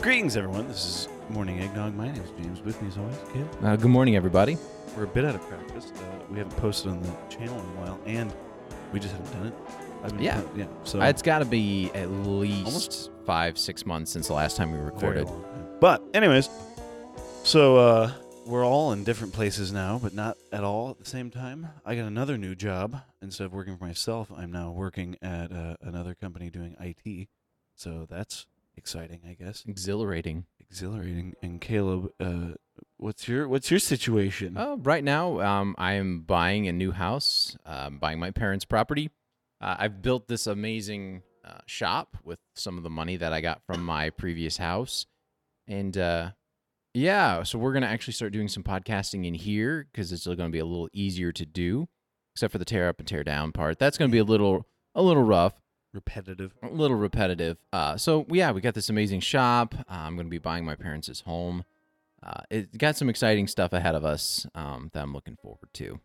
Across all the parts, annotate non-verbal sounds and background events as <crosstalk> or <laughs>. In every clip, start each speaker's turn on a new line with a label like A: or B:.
A: Greetings, everyone. This is Morning Eggnog. My name is James. With me, as always, Kid.
B: Uh, good morning, everybody.
A: We're a bit out of practice. Uh, we haven't posted on the channel in a while, and we just haven't done it. I've been
B: Yeah.
A: Uh, yeah. So
B: Uh, It's got to be at least
A: Almost-
B: five, six months since the last time we
A: very
B: recorded.
A: long time. But anyways, so uh, we're all in different places now, but not at all at the same time. I got another new job. Instead of working for myself, I'm now working at uh, another company doing IT. So that's exciting, I guess.
B: Exhilarating.
A: Exhilarating. And Caleb, uh, what's your what's your situation?
B: Uh, right now, um, I am buying a new house, um, buying my parents' property. Uh, I've built this amazing uh, shop with some of the money that I got from my previous house. And uh, yeah, so we're going to actually start doing some podcasting in here because it's going to be a little easier to do, except for the tear up and tear down part. That's going to be a little, a little rough.
A: Repetitive.
B: a little repetitive. Uh, so yeah, we got this amazing shop. Uh, I'm going to be buying my parents' home. Uh, it got some exciting stuff ahead of us um, that I'm looking forward to.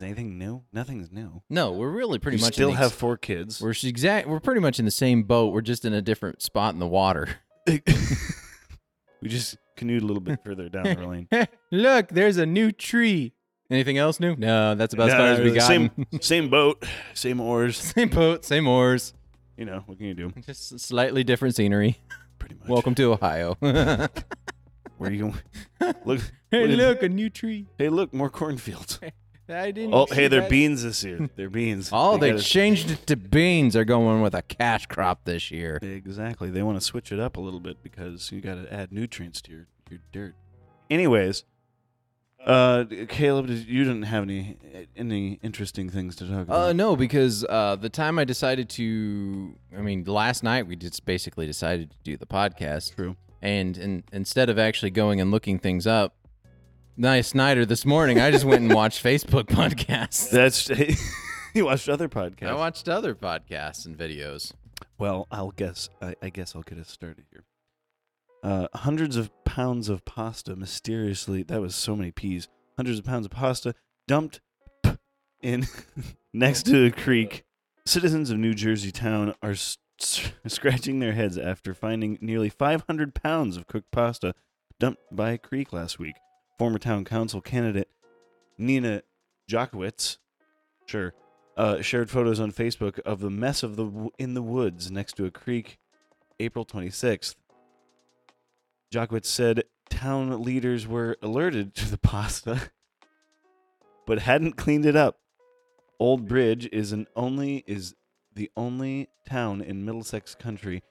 A: Anything new? Nothing's new.
B: No, we're really pretty
A: you
B: much in
A: still
B: the
A: have
B: ex-
A: four kids.
B: we're s- exact. We're pretty much in the same boat. We're just in a different spot in the water. <laughs>
A: <laughs> we just canoed a little bit further down the lane.
B: Look, there's a new tree. Anything else new? No, that's <laughs> about as
A: No,
B: far
A: no,
B: as we
A: the
B: got.
A: Same, <laughs> same boat, same oars.
B: <laughs> same boat, same oars,
A: You know what can you do?
B: just slightly different scenery.
A: Pretty much.
B: Welcome to Ohio. <laughs> hey,
A: Where you
B: <laughs>
A: <laughs> going? look. at-
B: look, a new tree.
A: Hey, look, more
B: <laughs>
A: cornfields.
B: I didn't.
A: Oh, hey,
B: see
A: they're
B: that.
A: beans this year. They're
B: <laughs>
A: beans.
B: Oh, they
A: gotta-
B: changed it to beans. They're going with a cash crop this year.
A: Exactly. They want to switch it up a little bit because you got to add nutrients to your, your dirt. Anyways, uh, Caleb, did, you didn't have any any interesting things to talk about.
B: Uh, no, because uh, the time I decided to, I mean, last night we just basically decided to do the podcast,
A: True.
B: and and instead of actually going and looking things up, nice Snyder this morning, I just went
A: <laughs>
B: and watched Facebook podcasts.
A: That's <laughs> you watched other podcasts.
B: I watched other podcasts and videos.
A: well, I'll guess. I, I guess I'll get us started here. Uh, hundreds of pounds of pasta mysteriously. That was so many peas. Hundreds of pounds of pasta dumped p- in <laughs> next to a creek. Citizens of New Jersey town are s- s- scratching their heads after finding nearly 500 pounds of cooked pasta dumped by a creek last week. Former town council candidate Nina Jokowitz, sure, uh, shared photos on Facebook of the mess of the w- in the woods next to a creek, April 26th. Jockwitz said town leaders were alerted to the pasta, <laughs> but hadn't cleaned it up. Old Bridge is an only is the only town in Middlesex County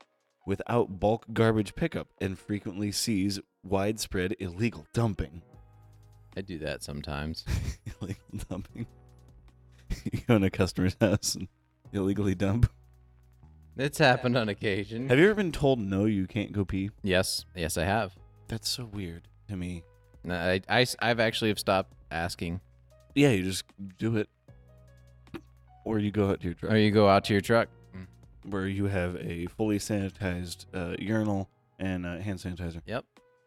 A: without bulk garbage pickup and frequently sees widespread illegal dumping.
B: I do that sometimes.
A: <laughs> illegal dumping. you go in a customer's house and illegally dump.
B: It's happened on occasion.
A: Have you ever been told no, you can't go pee?
B: yes, yes, I have.
A: That's so weird to me.
B: I, I, I've actually have stopped asking.
A: Yeah, you just do it, or you go out to your truck
B: Or you go out to your truck.
A: where you have a fully sanitized uh, urinal and uh, hand sanitizer.
B: Yep.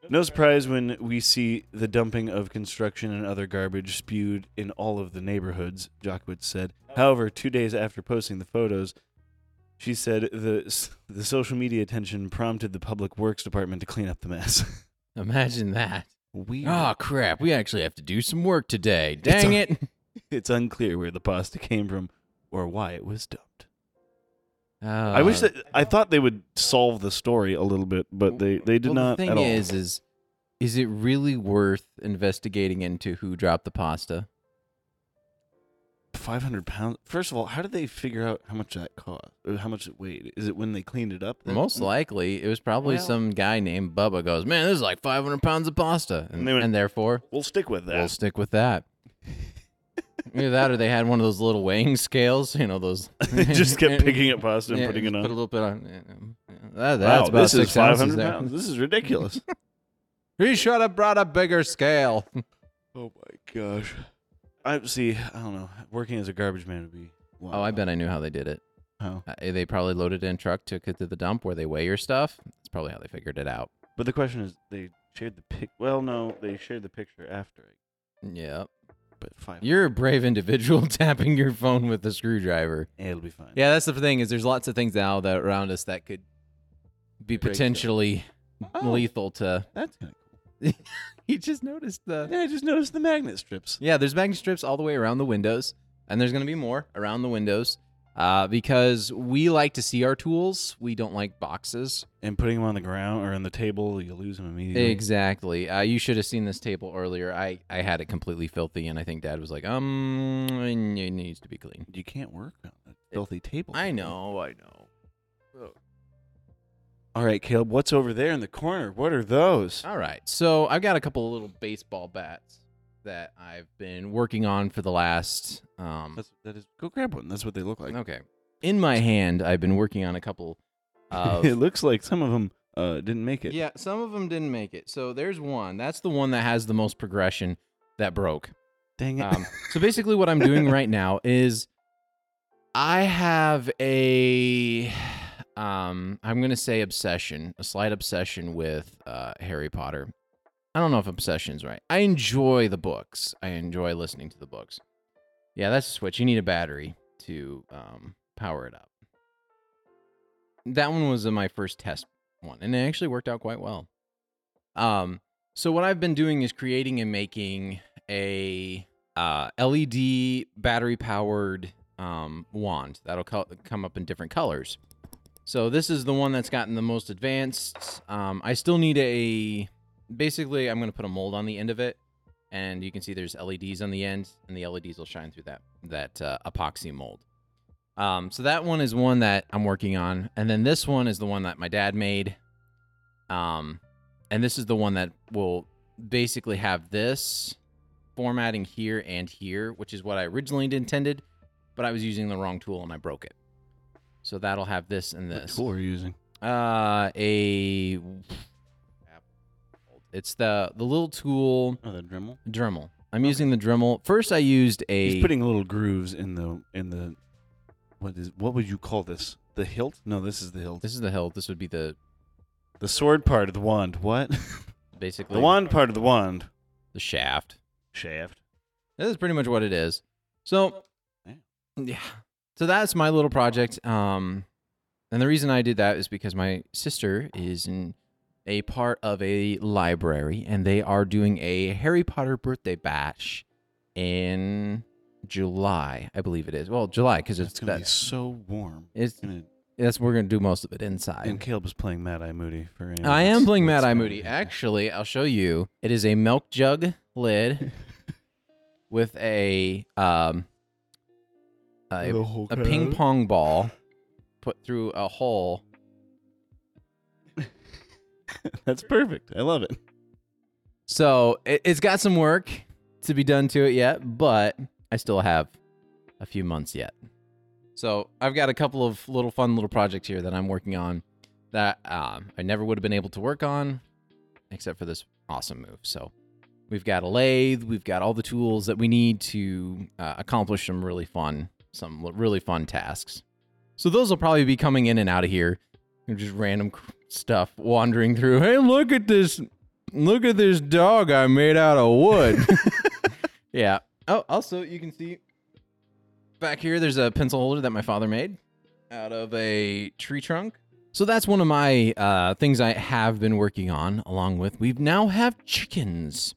A: No surprise when we see the dumping of construction and other garbage spewed in all of the neighborhoods, Jockwood said. However, two days after posting the photos, she said the, the social media attention prompted the Public Works Department to clean up the mess. <laughs>
B: Imagine that.
A: Weird.
B: Oh crap! We actually have to do some work today. Dang
A: It's
B: it!
A: It's unclear where the pasta came from or why it was dumped.
B: Uh,
A: I wish that I thought they would solve the story a little bit, but they, they did
B: well,
A: not
B: The
A: at
B: thing
A: all.
B: is, is is it really worth investigating into who dropped the pasta?
A: 500 pounds. First of all, how did they figure out how much that cost? Or how much it weighed? Is it when they cleaned it up? that-
B: Most likely, it was probably
A: Well-
B: some guy named Bubba. Goes, man, this is like 500 pounds of pasta, and,
A: And they went,
B: and therefore
A: We'll stick with that.
B: we'll stick with that. Either that, or they had one of those little weighing scales. You know those.
A: <laughs> they just kept picking up pasta and
B: <laughs> Yeah,
A: putting it
B: just
A: on.
B: Put a little bit on. That, that's
A: wow,
B: about
A: this
B: six
A: is
B: ounces
A: 500
B: there.
A: pounds. This is
B: <laughs>
A: ridiculous.
B: He should have brought a bigger scale.
A: oh my gosh. I see. I don't know. Working as a garbage man would be. Wow.
B: Oh, I bet I knew how they did it.
A: How?
B: Uh, they probably loaded it in a truck, took it to the dump where they weigh your stuff. That's probably how they figured it out.
A: But the question is, they shared the pic. Well, no, they shared the picture after it.
B: Yep.
A: But five.
B: You're a brave individual <laughs> tapping your phone with a screwdriver.
A: It'll be fine.
B: Yeah, that's the thing is there's lots of things now that around us that could be
A: Break stuff.
B: potentially
A: Oh.
B: lethal to.
A: That's kind of cool.
B: You just noticed the.
A: Yeah, I just noticed the magnet strips.
B: Yeah, there's magnet strips all the way around the windows, and there's going to be more around the windows uh, because we like to see our tools. We don't like boxes.
A: And putting them on the ground or on the table, you lose them immediately.
B: Exactly. Uh, you should have seen this table earlier. I, I had it completely filthy, and I think Dad was like, um, it needs to be clean.
A: You can't work on a filthy table.
B: I know, I know.
A: All right, Caleb, what's over there in the corner? What are those?
B: All right. So I've got a couple of little baseball bats that I've been working on for the last. Um,
A: That's, that is, go grab one. That's what they look <laughs> like.
B: okay. In my hand, I've been working on
A: <laughs>
B: a couple of.
A: it looks like some of them uh, didn't make it.
B: Yeah, some of them didn't make it. So there's one. That's the one that has the most progression that broke.
A: Dang it. <laughs>
B: Um, so basically, what I'm doing right now is I have a, um, I'm gonna say obsession, a slight obsession with uh, Harry Potter. I don't know if obsession's right. I enjoy the books. I enjoy listening to the books. Yeah, that's the switch. You need a battery to um, power it up. That one was uh, my first test one, and it actually worked out quite well. Um, so what I've been doing is creating and making a uh, LED battery powered um, wand that'll co- come up in different colors. So this is the one that's gotten the most advanced. Um, I still need a. Basically, I'm going to put a mold on the end of it, and you can see there's LEDs on the end, and the LEDs will shine through that that uh, epoxy mold. Um, so that one is one that I'm working on, and then this one is the one that my dad made. Um, and this is the one that will basically have this formatting here and here, which is what I originally intended, but I was using the wrong tool and I broke it. So that'll have this and
A: what
B: this.
A: tool are you using?
B: Uh, a it's the the little tool
A: Oh, the Dremel.
B: Dremel. I'm using the Dremel. First, I used a
A: He's putting little grooves in the in the what is what would you call this? The hilt? No, this is the hilt.
B: this is the hilt. This would be the
A: The sword part of the wand. What? <laughs>
B: basically
A: the wand part of the wand.
B: the shaft.
A: Shaft.
B: This is pretty much what it is.
A: Oh,
B: So,
A: Yeah.
B: yeah. So that's my little project. Um, and the reason I did that is because my sister is in a part of a library, and they are doing a Harry Potter birthday bash in July, I believe it is. Well, July because it's
A: It's gonna be
B: that's
A: so warm.
B: it's
A: Gonna-
B: that's we're gonna do most of it inside.
A: and Caleb is playing Mad Eye Moody for anyone
B: I am
A: that's-
B: playing Mad
A: that's
B: Eye
A: not-
B: Moody. Actually, I'll show you. It is a milk jug lid with a um a, a ping pong ball put through a hole.
A: <laughs> That's perfect. I love it.
B: So it, it's got some work to be done to it yet, but I still have a few months yet. So I've got a couple of little fun little projects here that I'm working on that um, I never would have been able to work on except for this awesome move. So we've got a lathe, we've got all the tools that we need to uh, accomplish some really fun, some li- really fun tasks. So those will probably be coming in and out of here, just random cr- stuff wandering through. Hey, look at this look at this dog I made out of
A: <laughs>
B: wood. yeah. Oh, also you can see back here there's a pencil holder that my father made out of a tree trunk. So that's one of my uh, things I have been working on along with we now
A: <laughs>
B: have chickens.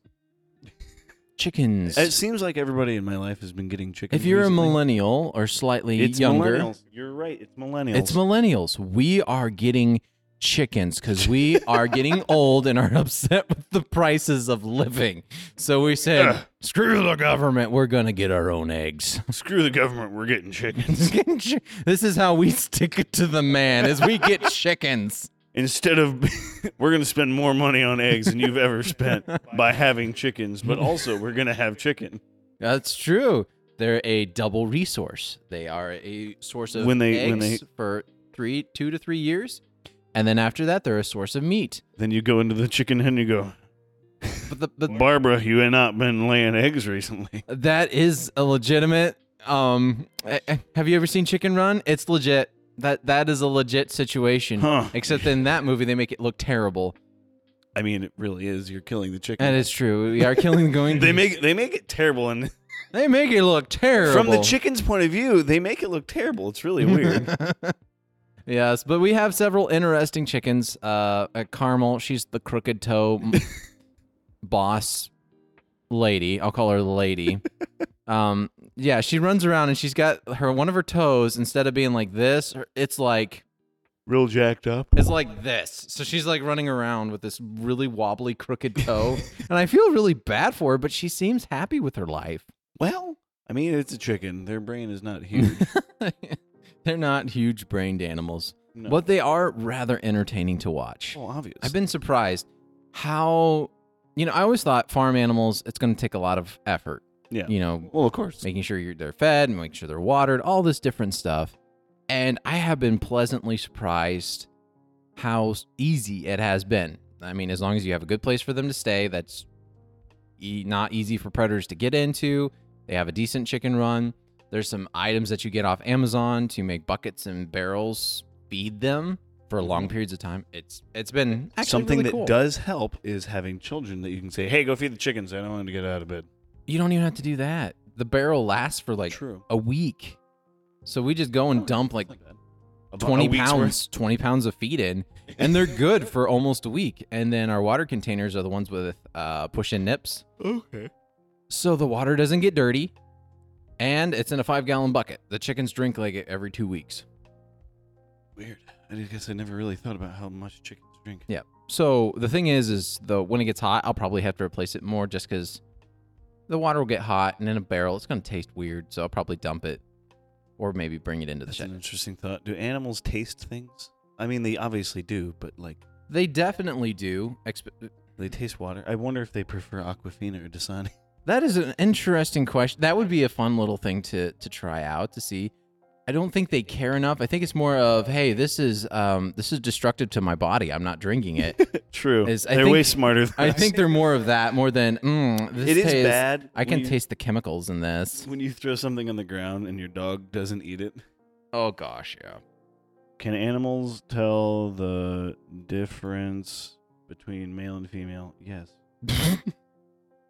B: Chickens.
A: It seems like everybody in my life has been getting chicken.
B: if you're a
A: recently.
B: millennial or slightly
A: it's
B: younger,
A: millennials. You're right. It's millennials.
B: it's millennials. We are getting chickens because we
A: <laughs>
B: are getting old and are upset with the prices of living. So we said,
A: Ugh.
B: screw the government. We're going to get our own eggs. <laughs>
A: Screw the government. We're getting chicken.
B: this is how we stick it to the man is
A: <laughs>
B: we get chickens.
A: Instead of, <laughs> we're going to spend more money on eggs than you've ever <laughs> spent by having chickens, but also we're going to have chicken.
B: That's true. They're a double resource. They are a source of
A: When they-
B: eggs
A: when
B: for three, two to three years. And then after that, they're a source of meat.
A: Then you go into the chicken hen, you go,
B: But the, but
A: Barbara, you have not been laying eggs recently.
B: That is a legitimate. Um, eh, eh, have you ever seen Chicken Run? It's legit. That that is a legit situation.
A: Huh.
B: Except in that movie, they make it look terrible,
A: I mean, it really is. You're killing the chicken.
B: and it's true. We are killing the
A: <laughs>
B: going.
A: they make they make it terrible, and <laughs>
B: they make it look terrible <laughs>
A: from the chicken's point of view, they make it look terrible. It's really weird.
B: Yes, but we have several interesting chickens. Uh, uh, Carmel, she's the crooked toe m- boss lady. I'll call her the lady. um, yeah, she runs around and she's got her one of her toes instead of being like this, her- it's like
A: Real jacked up.
B: it's like this. So she's like running around with this really wobbly crooked toe, and I feel really bad for her, but she seems happy with her life. <laughs>
A: Well, I mean, it's a chicken. Their brain is not
B: <laughs>
A: huge.
B: They're not huge brained animals,
A: No.
B: but they are rather entertaining to watch.
A: Well, obvious.
B: I've been surprised how you know I always thought farm animals it's going to take a lot of effort.
A: Yeah.
B: You know,
A: Well, of course.
B: making sure you're, they're fed, making sure they're watered, all this different stuff. And I have been pleasantly surprised how s- easy it has been. I mean, as long as you have a good place for them to stay, that's e- not easy for predators to get into. They have a decent chicken run. There's some items that you get off Amazon to make buckets and barrels feed them for long periods of time. It's it's been actually
A: Mm-hmm. Something
B: really
A: that
B: cool.
A: does help is having children that you can say, "Hey, go feed the chickens. I don't want to get out of bed."
B: You don't even have to do that. The barrel lasts for like
A: True.
B: a week. So we just go and
A: Oh,
B: dump
A: it's
B: like
A: not bad. A bu- a
B: 20
A: week's
B: pounds 20 pounds of feed in and they're good
A: <laughs>
B: for almost a week and then our water containers are the ones with uh, push in nips
A: worth. Okay.
B: so the water doesn't get dirty and it's in a five gallon bucket the chickens drink like it every two weeks
A: Weird. I guess I never really thought about how much chickens drink.
B: yeah so the thing is is the when it gets hot i'll probably have to replace it more just because the water will get hot and in a barrel it's going to taste weird so i'll probably dump it or maybe bring it into the
A: That's
B: shed
A: an interesting thought. Do animals taste things? I mean, they obviously do, but like
B: they definitely do exp-
A: they taste water. I wonder if they prefer Aquafina or Dasani. <laughs>
B: That is an interesting question. That would be a fun little thing to to try out to see. I don't think they care enough. I think it's more of, hey, this is um, this is destructive to my body. I'm not
A: <laughs>
B: drinking it.
A: True.
B: Is- I
A: They're way
B: think-
A: smarter than
B: I
A: us.
B: think they're more of that, more than mm, this
A: it is
B: tastes-
A: bad.
B: I can
A: when you-
B: taste the chemicals in this.
A: when you throw something on the ground and your dog doesn't eat it.
B: Oh gosh, yeah.
A: Can animals tell the difference between male and female? Yes.
B: <laughs>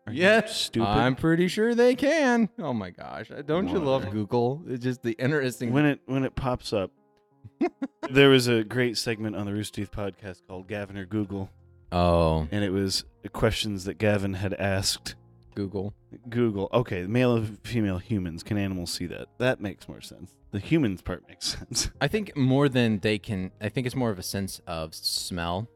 A: Are you
B: Yes,
A: Stupid.
B: I'm pretty sure they can. Oh my gosh, don't you love
A: Whatever.
B: Google? It's just the interesting.
A: When it when it pops
B: <laughs>
A: up, there was a great segment on the Rooster Teeth podcast called Gavin or Google,
B: oh,
A: and it was questions that Gavin had asked
B: Google.
A: Google. Okay, male and female humans. Can animals see that? That makes more sense. The humans part makes sense. <laughs>
B: I think more than they can. I think it's more of a sense of smell.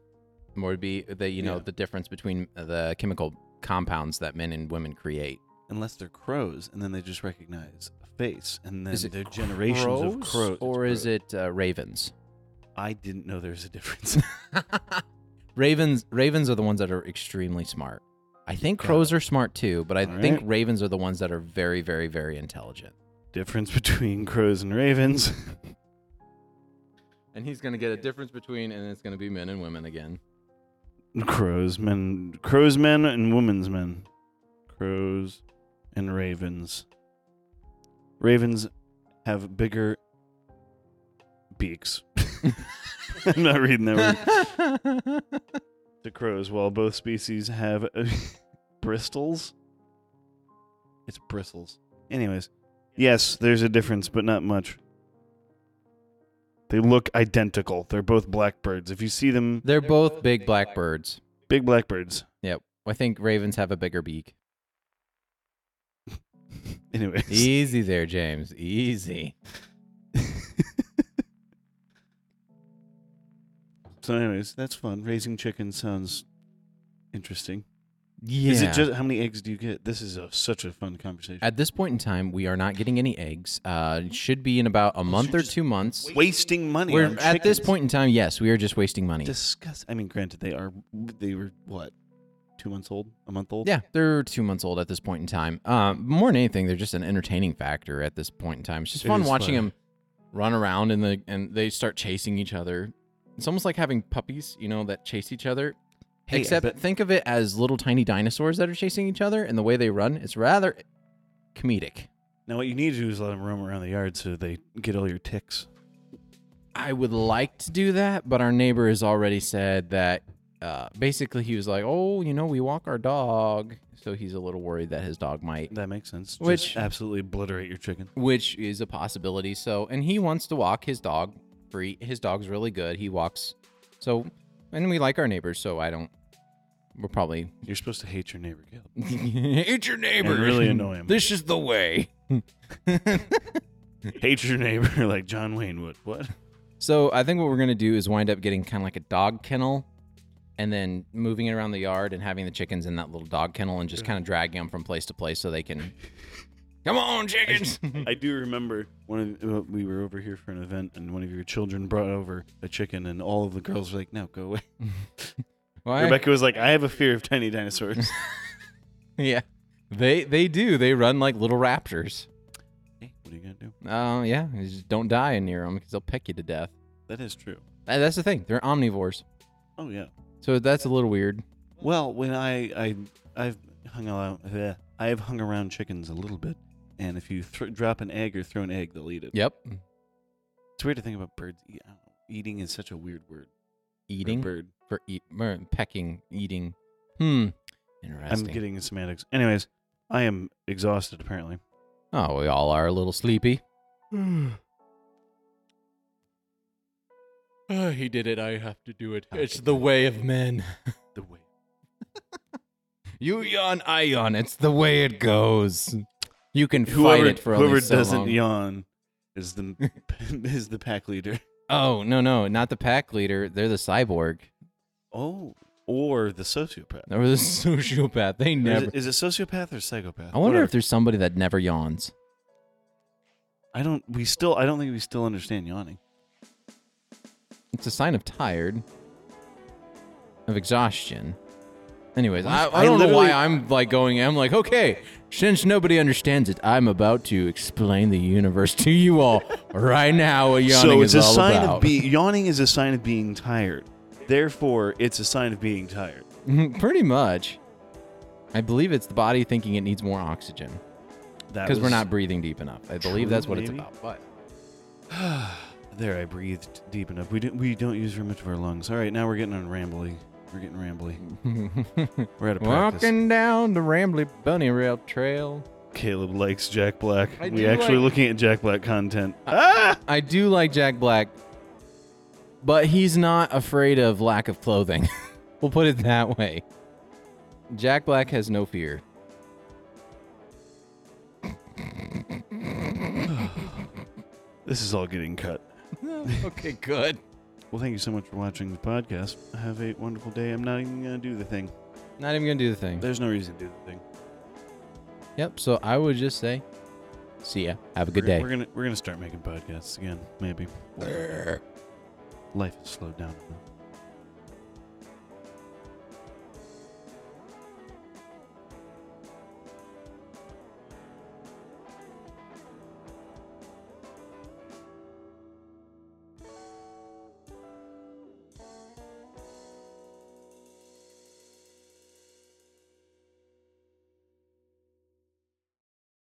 B: More would be the you know
A: Yeah.
B: the difference between the chemical compounds that men and women create.
A: Unless they're crows, and then they just recognize a face, and then
B: Is it
A: they're generations of crows. It's
B: or is
A: crows.
B: it uh, ravens? <laughs>
A: I didn't know there's a difference.
B: ravens ravens are the ones that are extremely smart. I think
A: Got
B: crows are smart too, but I
A: All
B: think
A: right.
B: ravens are the ones that are very very very intelligent.
A: difference <laughs> between crows and ravens.
B: And he's gonna get a difference between, and it's gonna be men and women again.
A: crows men, crows men, and women's men. Crows and ravens. Ravens have bigger beaks. <laughs> I'm not reading that
B: <laughs>
A: word. The crows, while both species have uh, <laughs> bristles. It's bristles. Anyways, yes, there's a difference, but not much. They look identical. They're both blackbirds. If you see them
B: They're both big blackbirds.
A: Big blackbirds. <laughs>
B: Yep. I think ravens have a bigger beak.
A: Anyways,
B: Easy there, James. Easy.
A: <laughs> so anyways, that's fun. Raising chickens sounds interesting.
B: Yeah.
A: Is it just how many eggs do you get? This is a, such a fun conversation.
B: At this point in time, we are not getting any eggs. Uh, it should be in about a month or
A: just
B: two months.
A: Wasting money.
B: We're
A: on
B: at this
A: chickens.
B: point in time, yes, we are just wasting money.
A: Disgust. I mean, granted, they are. They were what, two months old, a month old.
B: yeah, they're two months old at this point in time. Um, more than anything, they're just an entertaining factor at this point in time. It's just
A: It
B: fun
A: is
B: watching
A: fun.
B: them run around and the and they start chasing each other. It's almost like having puppies, you know, that chase each other.
A: Hey, I
B: Except
A: bet-
B: think of it as little tiny dinosaurs that are chasing each other, and the way they run is rather comedic.
A: Now what you need to do is let them roam around the yard so they get all your ticks.
B: I would like to do that, but our neighbor has already said that. Uh, basically, he was like, "Oh, you know, we walk our dog," so he's a little worried that his dog might,
A: That makes sense. Just
B: Which-
A: absolutely obliterate your chicken.
B: which is a possibility. So, and he wants to walk his dog street. His dog's really good. He walks. So, and we like our neighbors. So I don't. We're probably <laughs>
A: You're supposed to hate your neighbor, Caleb.
B: hate your neighbor.
A: And really annoy him.
B: This is the way.
A: hate your neighbor <laughs> like John Wayne would. What?
B: So I think what we're gonna do is wind up getting kind of like a dog kennel, and then moving it around the yard and having the chickens in that little dog kennel and just kind of dragging them from place to place so they can. Come
A: <laughs>
B: on, chickens!
A: I do remember one of uh, we were over here for an event, and one of your children brought over a chicken, and all of the girls were like, "No, go away."
B: Why?
A: Rebecca was like, "I have a fear of tiny dinosaurs."
B: <laughs> Yeah, they they do. They run like little raptors.
A: hey, what are you gonna do?
B: Oh yeah, you just don't die in near them because they'll peck you to death.
A: That is true.
B: Uh, That's the thing. They're omnivores,
A: Oh yeah.
B: so that's a little weird.
A: Well, when I I I've hung out, bleh, I have hung around chickens a little bit, and if you thro drop an egg or throw an egg, they'll eat it.
B: Yep.
A: It's weird to think about birds. eat- I don't know. Eating is such a weird word. for a
B: Eating for,
A: bird.
B: eat, mer- pecking, eating. Hmm.
A: I'm
B: Interesting.
A: getting in semantics. Anyways, I am exhausted apparently.
B: Oh, we all are a little <sighs> sleepy. Ah, he did it. I have to do it.
A: It's the
B: way of men.
A: The way.
B: You yawn, I yawn. It's the way it goes. You can fight
A: Whoever
B: it for
A: whoever
B: only so
A: doesn't
B: long.
A: yawn is
B: <laughs>
A: the <laughs> is the pack leader.
B: Oh no, no, not the pack leader. They're the cyborg.
A: Oh, or the sociopath.
B: They're the <laughs> sociopath. They
A: Or
B: never.
A: Is, it, is it sociopath or psychopath?
B: I wonder
A: Whatever.
B: if there's somebody that never yawns.
A: I don't. We still. I don't think we still understand yawning.
B: It's a sign of tired, of exhaustion. Anyways, I,
A: What?
B: I
A: I
B: don't know
A: literally-
B: why I'm like going. I'm like, okay, since nobody understands it, I'm about to explain the universe to you all right now. What yawning
A: so it's
B: is
A: a
B: all
A: sign
B: about.
A: of being. Yawning is a sign of being tired. Therefore, it's a sign of being tired.
B: <laughs> Pretty much, I believe it's the body thinking it needs more oxygen
A: That
B: because we're
A: was-
B: not breathing deep enough. I believe
A: true,
B: that's what it's
A: maybe.
B: about. But
A: There, I breathed deep enough. We don't. We don't use very much of our lungs. All right, now we're getting on rambly. We're getting rambly.
B: <laughs>
A: We're out of practice.
B: walking down the rambly bunny rail trail.
A: Caleb likes Jack Black.
B: I
A: we
B: do
A: actually
B: like-
A: looking at Jack Black content.
B: I do like Jack Black, but he's not afraid of lack of clothing. <laughs> we'll put it that way. Jack Black has no fear.
A: This is all getting cut.
B: <laughs> okay, good.
A: Well, thank you so much for watching the podcast. Have a wonderful day. I'm not even gonna do the thing.
B: Not even gonna do the thing.
A: There's no reason to do the thing.
B: Yep. So I would just say, see ya. Have a good
A: we're,
B: day.
A: We're gonna we're gonna start making podcasts again. Maybe life has slowed down. a bit.